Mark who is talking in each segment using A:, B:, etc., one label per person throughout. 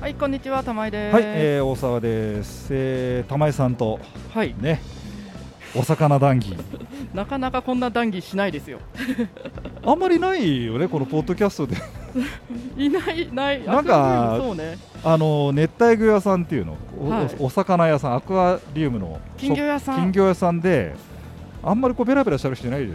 A: はい、こんにちは、玉井です。
B: はい、えー、大沢です、えー、玉井さんと
A: はい
B: ねお魚談義
A: なかなかこんな談義しないですよ。
B: あんまりないよねこのポッドキャストで
A: いない、ない、
B: なんか
A: あそうね、
B: あの熱帯魚屋さんっていうのお,、
A: はい
B: お魚屋さんアクアリウムの
A: 金魚屋さん
B: 金魚屋さんであんまりこうベラベラしゃる人いないで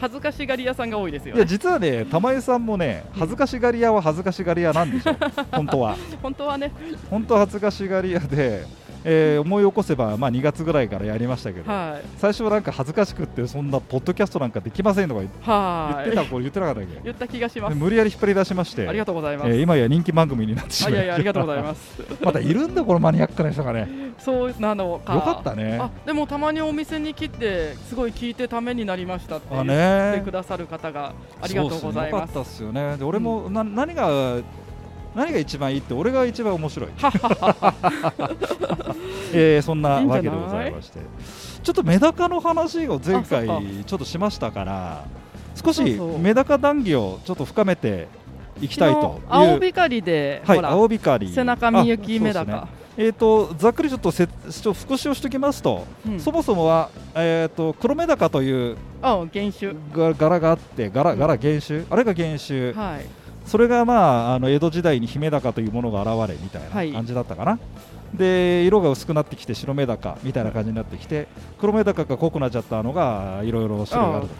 A: 恥ずかしがり屋さんが多いですよ
B: いや
A: ね。
B: 実はね玉井さんもね恥ずかしがり屋は恥ずかしがり屋なんでし ょ本当は
A: 本当はね、
B: 本当は恥ずかしがり屋で、えー思い起こせば、まあ、2月ぐらいからやりましたけど、
A: はい、
B: 最初はなんか恥ずかしくってそんなポッドキャストなんかできませんとか言って言
A: は
B: っ
A: い、
B: てたこれ言ってなかったっけ
A: 言った気がしま。
B: です無理やり引っ張り出しまして
A: ありがとうございます。
B: えー今や人気番組になってしま
A: あいやいや、ありがとうござい
B: す
A: ます。
B: またいるんだこのマニアックな人がね
A: そうなのか。
B: よかったね
A: あ、でもたまにお店に来て、すごい聞いてためになりましたって言
B: あ
A: って
B: ね
A: くださる方がありがとうござい
B: そうっねよか
A: ま
B: っ
A: す。
B: たっすよねで俺も、な何が何が一番いいって俺が一番面白い
A: はっはっは
B: えーそんない
A: いんじゃ
B: わ
A: ない
B: けでございましてちょっとメダカの話を前回
A: あそっ
B: ちょっとしましたから少
A: そう
B: し
A: そう
B: メダカ談義をちょっと深めていきたいという
A: 昨日青光りで、
B: はい、
A: ほら
B: 青光り
A: 背中みゆき
B: あ
A: メダ
B: そう
A: カ
B: ですね。えー、とざっくりちょっとせちょっと復習をしておきますと、
A: うん
B: そもそもは、えー、と黒メダカという
A: あ、原種。
B: が柄があって柄
A: うん
B: 柄原種、あれが原種、
A: はい。
B: それが、まあ、あの江戸時代に姫ダカというものが現れみたい
A: はい
B: な感じだったかな、で色が薄くなってきて白メダカみたいな感じになってきて黒メダカが濃くなっちゃったのがいろいろ白があると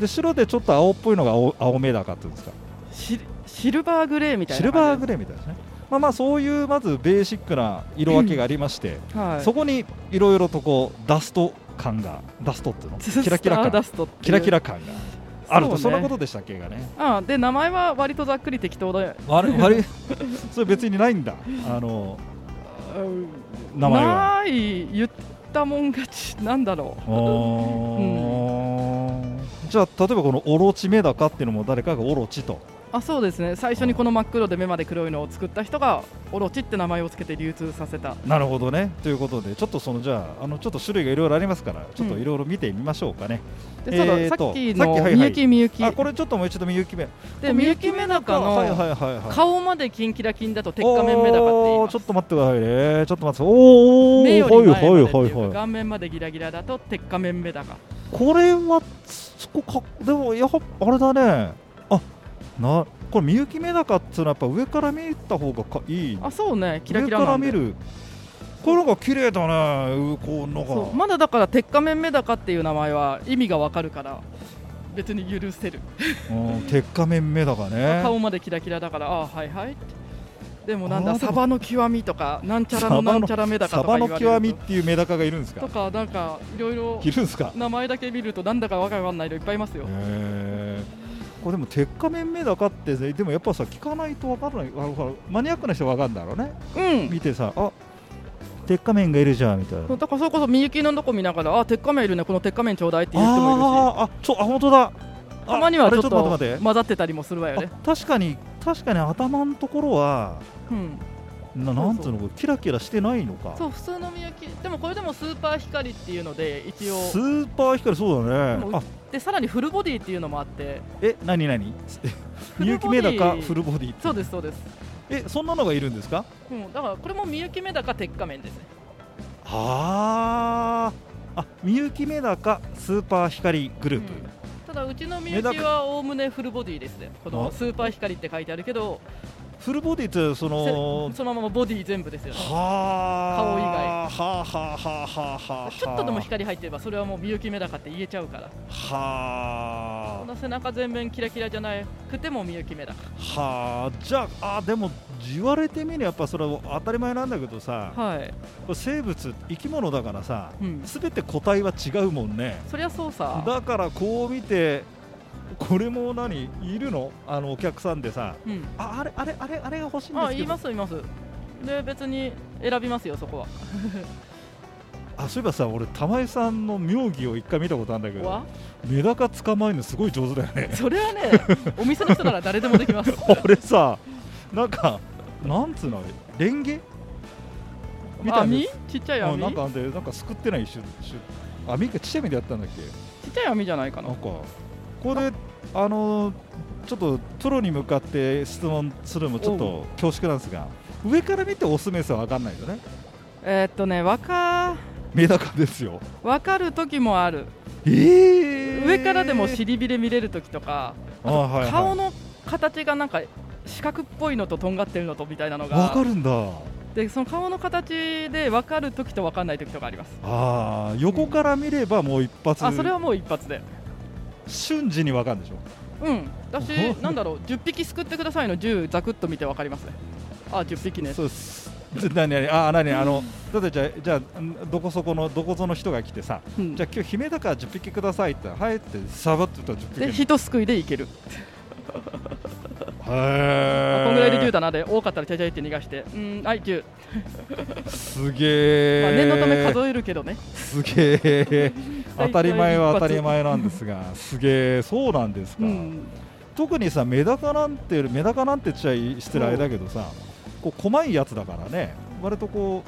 B: で白でちょっと青っぽいのが青青メダカっていうんですか
A: シルシルバーグレーみたい
B: シ
A: な
B: ルバーグ
A: レ
B: レーみたいですねまあまあそういうまずベーシックな色分けがありまして、
A: ー、はい、
B: そこにいろいろとこうダスト感がダストっていうのキラキラ
A: スターダ
B: 感
A: ストっていう
B: キラキラ感があるとそ,、
A: うん
B: なことでしたっけがね
A: あで名前は割とざっくり適当で
B: あれあれ それ別にないんだあの名前は
A: ない言ったもん勝ちなんだろ
B: おーじゃあ例えばこのオロチメダカっていうのも誰かがオロチと
A: うあそうですね最初にこの真っ黒で目まで黒いのを作った人がオロチって名前をつけて流通させた
B: なるほどねということでちょっとそのじゃああのちょっと種類がいろいろありますからちょっといろいろ見てみましょうかね、
A: でその
B: えー
A: さ
B: と
A: っき
B: さっきは
A: の
B: い
A: み
B: はい
A: ゆきみゆき
B: あこれちょっともう一度みゆきめ
A: でみゆきメダカ
B: はいは
A: の
B: いはいはい
A: 顔までキンキラキンだと鉄仮面メダカって言い
B: お
A: ま
B: ーち
A: す
B: ょっと待ってくださいねちょっと待ってお
A: 目よ
B: ー
A: り
B: おー
A: 前までって
B: はい
A: か
B: いうはいはいはい
A: 顔面までギラギラだと鉄仮面メダカ
B: これはそこかでもやはあれだねあなこれみゆきメダカっていうのはやっぱ上から見た方がかいい
A: あそうねキラキラ
B: 上か
A: な
B: ら
A: んで
B: 見るこれなんか綺麗だねうこうなん
A: そう
B: か
A: まだだから鉄仮面メダカっていう名前は意味がわかるから別に許せる、
B: うん鉄仮面メダカね
A: 顔までキラキラだからああはいはいってでもなん
B: あ
A: だ
B: ーでも
A: サバの極みとかなんちゃら
B: サ
A: の
B: バの
A: なんちゃらメダカ
B: サ
A: とか
B: バ
A: 言
B: の
A: われる
B: 極みっていうメダカがいるんです
A: と
B: か
A: かなんかいろいろ
B: いるんですか
A: 名前だけ見るとなんだかわけわかんないのいっぱいいますよ、
B: へーこれでも鉄仮面メダカってでもやっぱさ聞かないと分からないあのほらマニアックな人は分かるんだろうね
A: うん
B: 見てさあ鉄仮面がいるじゃんみたいな
A: そうだからそれこそみゆきのとこ見ながらあ鉄仮面いるねこの鉄仮面ちょうだいって
B: あ
A: 言う人もいるし
B: ーあちょあ本当だあ
A: たまには
B: あ
A: ち
B: れ
A: ょっ
B: と
A: と
B: 待って待
A: 混ざってたりもするわよ
B: って
A: ね、
B: あ確かに確かに頭のところは
A: うん、
B: な
A: そう
B: なんつうのキラキラしてないのか
A: そう普通のみゆきでもこれでもスーパー光っていうので一応
B: スーパー光そうだね
A: もう
B: あ
A: でさらにフルボディっていうのもあって
B: え何何 みゆき
A: フルボデ
B: メ
A: ィ
B: ダカフルボディ
A: そうですそうです、
B: えそんなのがいるんですか
A: うん、だからこれもみゆきメダカ鉄仮面ですね
B: はーあみゆきメダカスーパー光グループ、
A: うんただうちのみゆき
B: メダ
A: はおおむねフルボディですねこの
B: あ
A: スーパー光って書いてあるけど
B: フルボディってそ
A: せ
B: の
A: そのままボディ全部ですよね顔以外
B: はあはあはあはあはあはあ
A: ちょっとでも光入ってればそれはもうみゆきメダカって言えちゃうからこ
B: はあ
A: の背中全面キラキラじゃなくてもみゆきメダ
B: はあじゃああでも言われてみればやっぱそれは当たり前なんだけどさ
A: カはい、
B: これ生物生き物だからさ
A: うん、
B: 全て個体は違うもんね
A: そりゃそうさ
B: だからこう見てこれも何いるのあのお客さんでさ
A: うん
B: ああれあれあれあれが欲しいんです
A: あ
B: けど
A: 言います言いますで別に選びますよそこは
B: あそういえばさ俺玉井さんの妙義を一回見たことあるんだけ
A: ここ
B: ど
A: は
B: メダカ捕まえるのすごい上手だ よね
A: それはねお店の人なら誰でもできます
B: 俺さなんかなんつうのレンゲみたいな
A: 網
B: やつ
A: ちっちゃい
B: うん
A: 網
B: なんかでなんかすくってないしゅしゅ網かちっちゃい目でやったんだっけ
A: ちっちゃい網じゃないかな
B: なんかこれあのーちょっとプロに向かって質問するのもちょっと恐縮なんですが上から見てオスメスは分かんないよね
A: えーっとねわか
B: メダカですよ
A: わかる時もある
B: えー、
A: 上からでも尻びれ見れる時とか
B: あー、はいはい、
A: 顔の形がなんか四角っぽいのととんがってるのとみたいなの
B: 分か
A: が
B: るんだ
A: でその顔の形で分かる時と分かんない時とかあります
B: あー横から見ればもう一発
A: あそれはもう一発で
B: 瞬時に分かるんでしょ
A: うん私なんだろう10匹すくってくださいの10ざくっと見て分かりますねあ10匹ね
B: そうです 何何あ何あのだってじゃあじゃあんどこそこのどこぞの人が来てさ
A: うん
B: じゃあ今日姫だから10匹くださいってはいってサバって言ったら10
A: で
B: 匹へ
A: 人すくいでいけるあ
B: え
A: こんぐらいで10だなで多かったらちゃちゃいって逃がしてうんはい10、まあ、
B: すげえ
A: 念のため数えるけどね
B: すげえ当たり前は当たり
A: 一
B: 前なんですがすげえそうなんですか、
A: 発うん
B: 特にさメダカなんてメダカなんて言っちゃい失礼あれだけどさこう細いやつだからね割とこ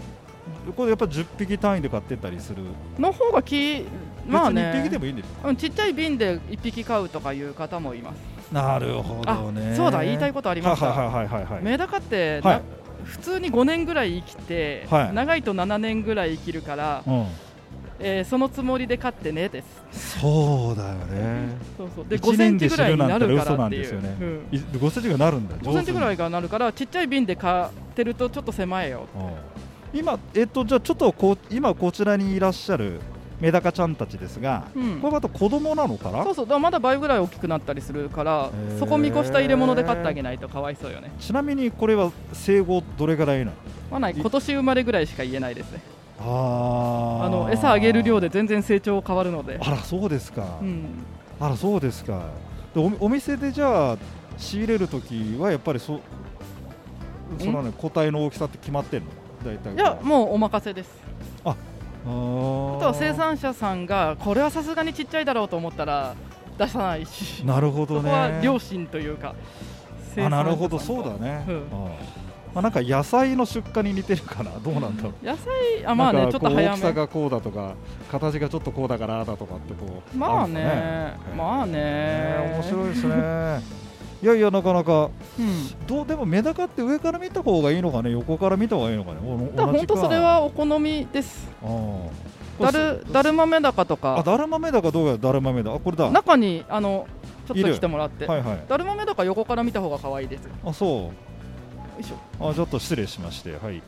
B: うこれやっぱ10匹単位で買ってったりする
A: の方がきまあ
B: 別に1匹で
A: ね
B: もいいんでしょ
A: うん、ちっちゃい瓶で1匹買うとかいう方もいます
B: なるほどね。
A: あそうだ言いたいことありました
B: はいはいはいはいはい。
A: メダカって、
B: はい
A: な普通に5年ぐらい生きて、
B: はい
A: 長いと7年ぐらい生きるから、
B: うん、
A: えーそのつもりで飼ってねです
B: そうだよね。
A: そうそうで
B: 一
A: 5セン
B: 年
A: チぐ
B: で死
A: らい
B: ぬ
A: に
B: な
A: なん
B: て
A: るから
B: 嘘な
A: っ
B: ん
A: てい
B: で
A: う
B: すよね。
A: うん
B: い5センチがなるんだ。
A: 5センチぐら
B: い。
A: いがなるからちっちゃい瓶で買ってるとちょっと狭いよ
B: うん今えっとじゃあちょっとこう今こちらにいらっしゃるメダカちゃんたちですが、
A: うん
B: これまた子供なのかな
A: そう。そうだからまだ倍ぐらい大きくなったりするから
B: へー
A: そこ見越した入れ物で買ってあげないとかわいそうよね
B: ちなみにこれは生後どれぐらいなの？
A: まあない今年生まれぐらいしか言えないですね
B: あ
A: あの餌あげる量
B: で。
A: で全然成長変わるので
B: あらそうですか。
A: うん
B: あらそうですかでおお店でじゃあ仕入れるときはやっぱりそそのね個体の大きさって決まってるの大体
A: いやもうお任せです
B: あ
A: あ
B: あ
A: とは生産者さんがこれはさすがにちっちゃいだろうと思ったら出さないし、
B: なるほ
A: そ
B: ど
A: こ
B: ね
A: は良心というか生産者さん
B: あな
A: と
B: るほどそうだね、
A: うん
B: あーまあ、なんか野菜の出荷に似てるかなどうなんだろう
A: 野菜あまあ
B: な
A: ね
B: ん
A: ちょ
B: か
A: っ
B: ことう大
A: 早
B: きさ
A: め
B: がこうだとか形がちょっとこうだからああだとかってこう
A: まあ
B: るの
A: ね
B: か
A: まあね、
B: ね面白いですねいやいやなかなか
A: うん
B: どうでもメダカって上から見た方がいいのかね横から見た方がいいのかねお
A: だから
B: 同
A: 本
B: じ
A: 当
B: か
A: それはお好みです
B: あ
A: だるだるまメダカと
B: あ
A: か
B: だるまメダカどうやらだるまメダカあこれだは
A: 中にあのちょっ
B: い
A: と
B: る
A: 来てもらって
B: いはい
A: だるまメダカ横から見た方が可愛いですよ
B: あそう
A: いしょ
B: あちょっと失礼しましてはい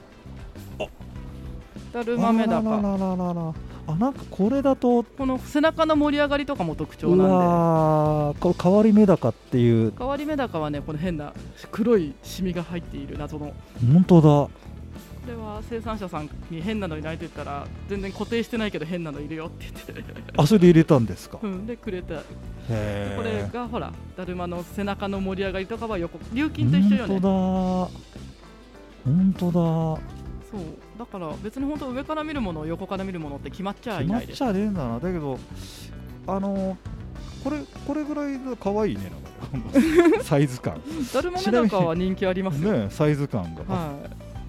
A: だるまメダ
B: あ
A: カ
B: ららららららあなんかこれだと
A: この背中の盛り上がりとかも特徴
B: う
A: なんで
B: わーこれ変わりメダカっていう
A: 変わりメダカはねこの変な黒いシミが入っている謎のこ
B: 本当
A: れは生産者さんに変なのいないと言ったら全然固定してないけど変なのいるよって言って、
B: だあそれで入れたんですか
A: うん、でくれた
B: へ
A: これ
B: え
A: がほらだるまの背中の盛り上がりとかは横琉金と一緒よね
B: 本当だ本当
A: そうだから別に本当上から見るもの横から見るものって決まっち
B: だ
A: ゃい
B: 決ま
A: な
B: っ
A: いです
B: ちゃねえんだなだけどあのこれこれぐらい可愛いねなんか このサイズ感
A: だるまメダカは人気ありますよ、
B: ねサイズ感が、あ
A: は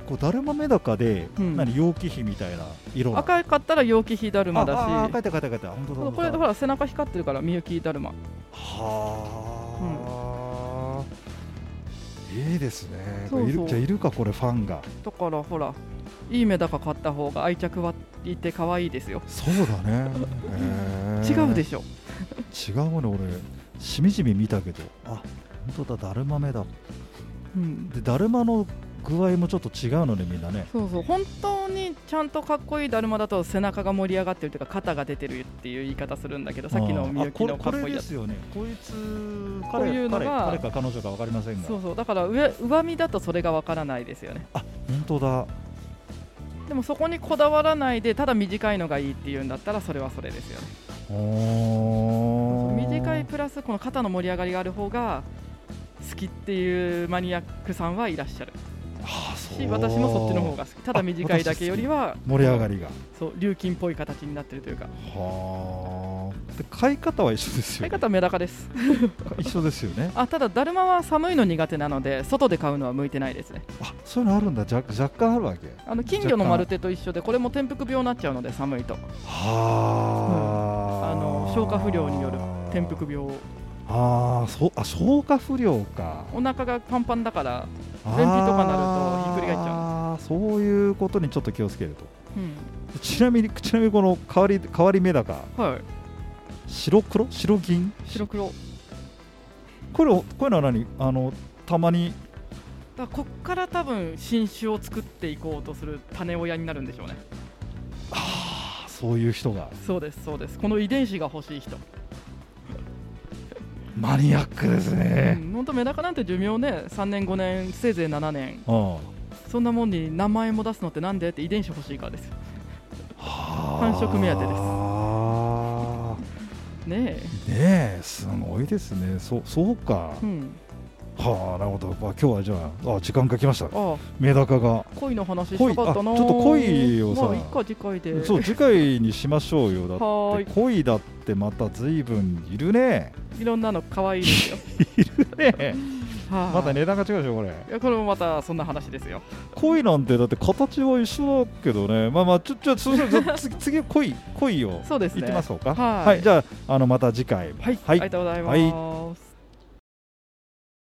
B: こうだるまメダカで、
A: うん
B: 何陽気比みたいな色
A: い、
B: なの
A: 赤かったら陽気火だるま
B: ああ
A: だ
B: 赤
A: し
B: いって赤いって赤いって本当だ
A: そう
B: 本
A: こ
B: 当
A: れ
B: だ
A: ほら背中光ってるからみゆきだるま
B: はあ、いいですね
A: そうそう
B: いるじゃあいるかこれファンが
A: だからほらいいメダカ買った方が愛着はいて可愛いですよ
B: そうだね
A: 違うで
B: し
A: しょ
B: 違うもの俺しみじみ見たけどあ本当だだるま目だ
A: うん
B: でだるまの具合もちょっと違うのねみんなね
A: そうそう本当にちゃんとかっこいいだるまだと背中が盛り上がってるというか肩が出てるっていう言い方するんだけどさっきの
B: あー
A: みゆきの
B: あ
A: かっ
B: これこ
A: こい
B: れ
A: いや
B: で
A: つ
B: すよねこいつ
A: こういうのが
B: 彼彼彼か彼女か分かりませんが
A: そうそうだから上上見だとそれがわからないですよね
B: あ本当だ
A: でもそこにこだわらないでただ短いのがいいっていうんだったらそれはそれですよね
B: おー
A: 短いプラスこの肩の盛り上がりがある方が好きっていうマニアックさんはいらっしゃる
B: ああそう
A: し私もそっちの方が好きただ短いだけよりは
B: 盛り上がりが
A: そう琉金っぽい形になってるというか
B: はあで買い方は一緒ですよ、
A: 相
B: ね、
A: 方はメダカです
B: 一緒ですよね
A: あただだるまは寒いの苦手なので外で買うのは向いてないですね
B: あそういうのあるんだじゃ若干あるわけ
A: あの金魚の丸手と一緒でこれも転覆病になっちゃうので寒いと
B: はあ、
A: あの消化不良による転覆病
B: ああそうあ消化不良か
A: お腹がパンパンだから、便秘とかなるとひっくり返っちゃう
B: あーそういうことにちょっと気をつけると
A: うん、
B: ちなみにちなみにこの変わり変わり目高
A: はい
B: 白黒白銀
A: 白黒
B: これをこういうのは何あのたまに
A: だからこっから多分新種を作っていこうとする種親になるんでしょうね
B: あーそういう人が
A: そうですそうですこの遺伝子が欲しい人、
B: マニアックですね、
A: うん、本当メダカなんて寿命ね3年5年せいぜい7年
B: うん
A: そんなもんに名前も出すのってなんでって遺伝子欲しいからですよ
B: 繁
A: 殖目当てです
B: あ
A: ねえ
B: ーねえすごいですねそそうか、
A: うん
B: はあなるほど、まあ、今日はじゃああ時間が来ました
A: あ
B: メダカが、
A: 恋の話したかったな
B: 恋あちょっと恋をさ
A: まあいっか次回で
B: そう次回にしましょうよだ
A: は
B: っ
A: ーい
B: て恋だってまた随分いるね
A: いろんなの可愛い ですよ
B: ねえ
A: はい
B: また値段が違うでしょこれ
A: いやこれもまたそんな話ですよ
B: 恋なんてだって形は一緒だけどねまあまあちょちょそうそうそう次次恋恋を
A: そうですね
B: いきましょうか
A: はい
B: じゃああのまた次回も
A: はい、ありがとうございます、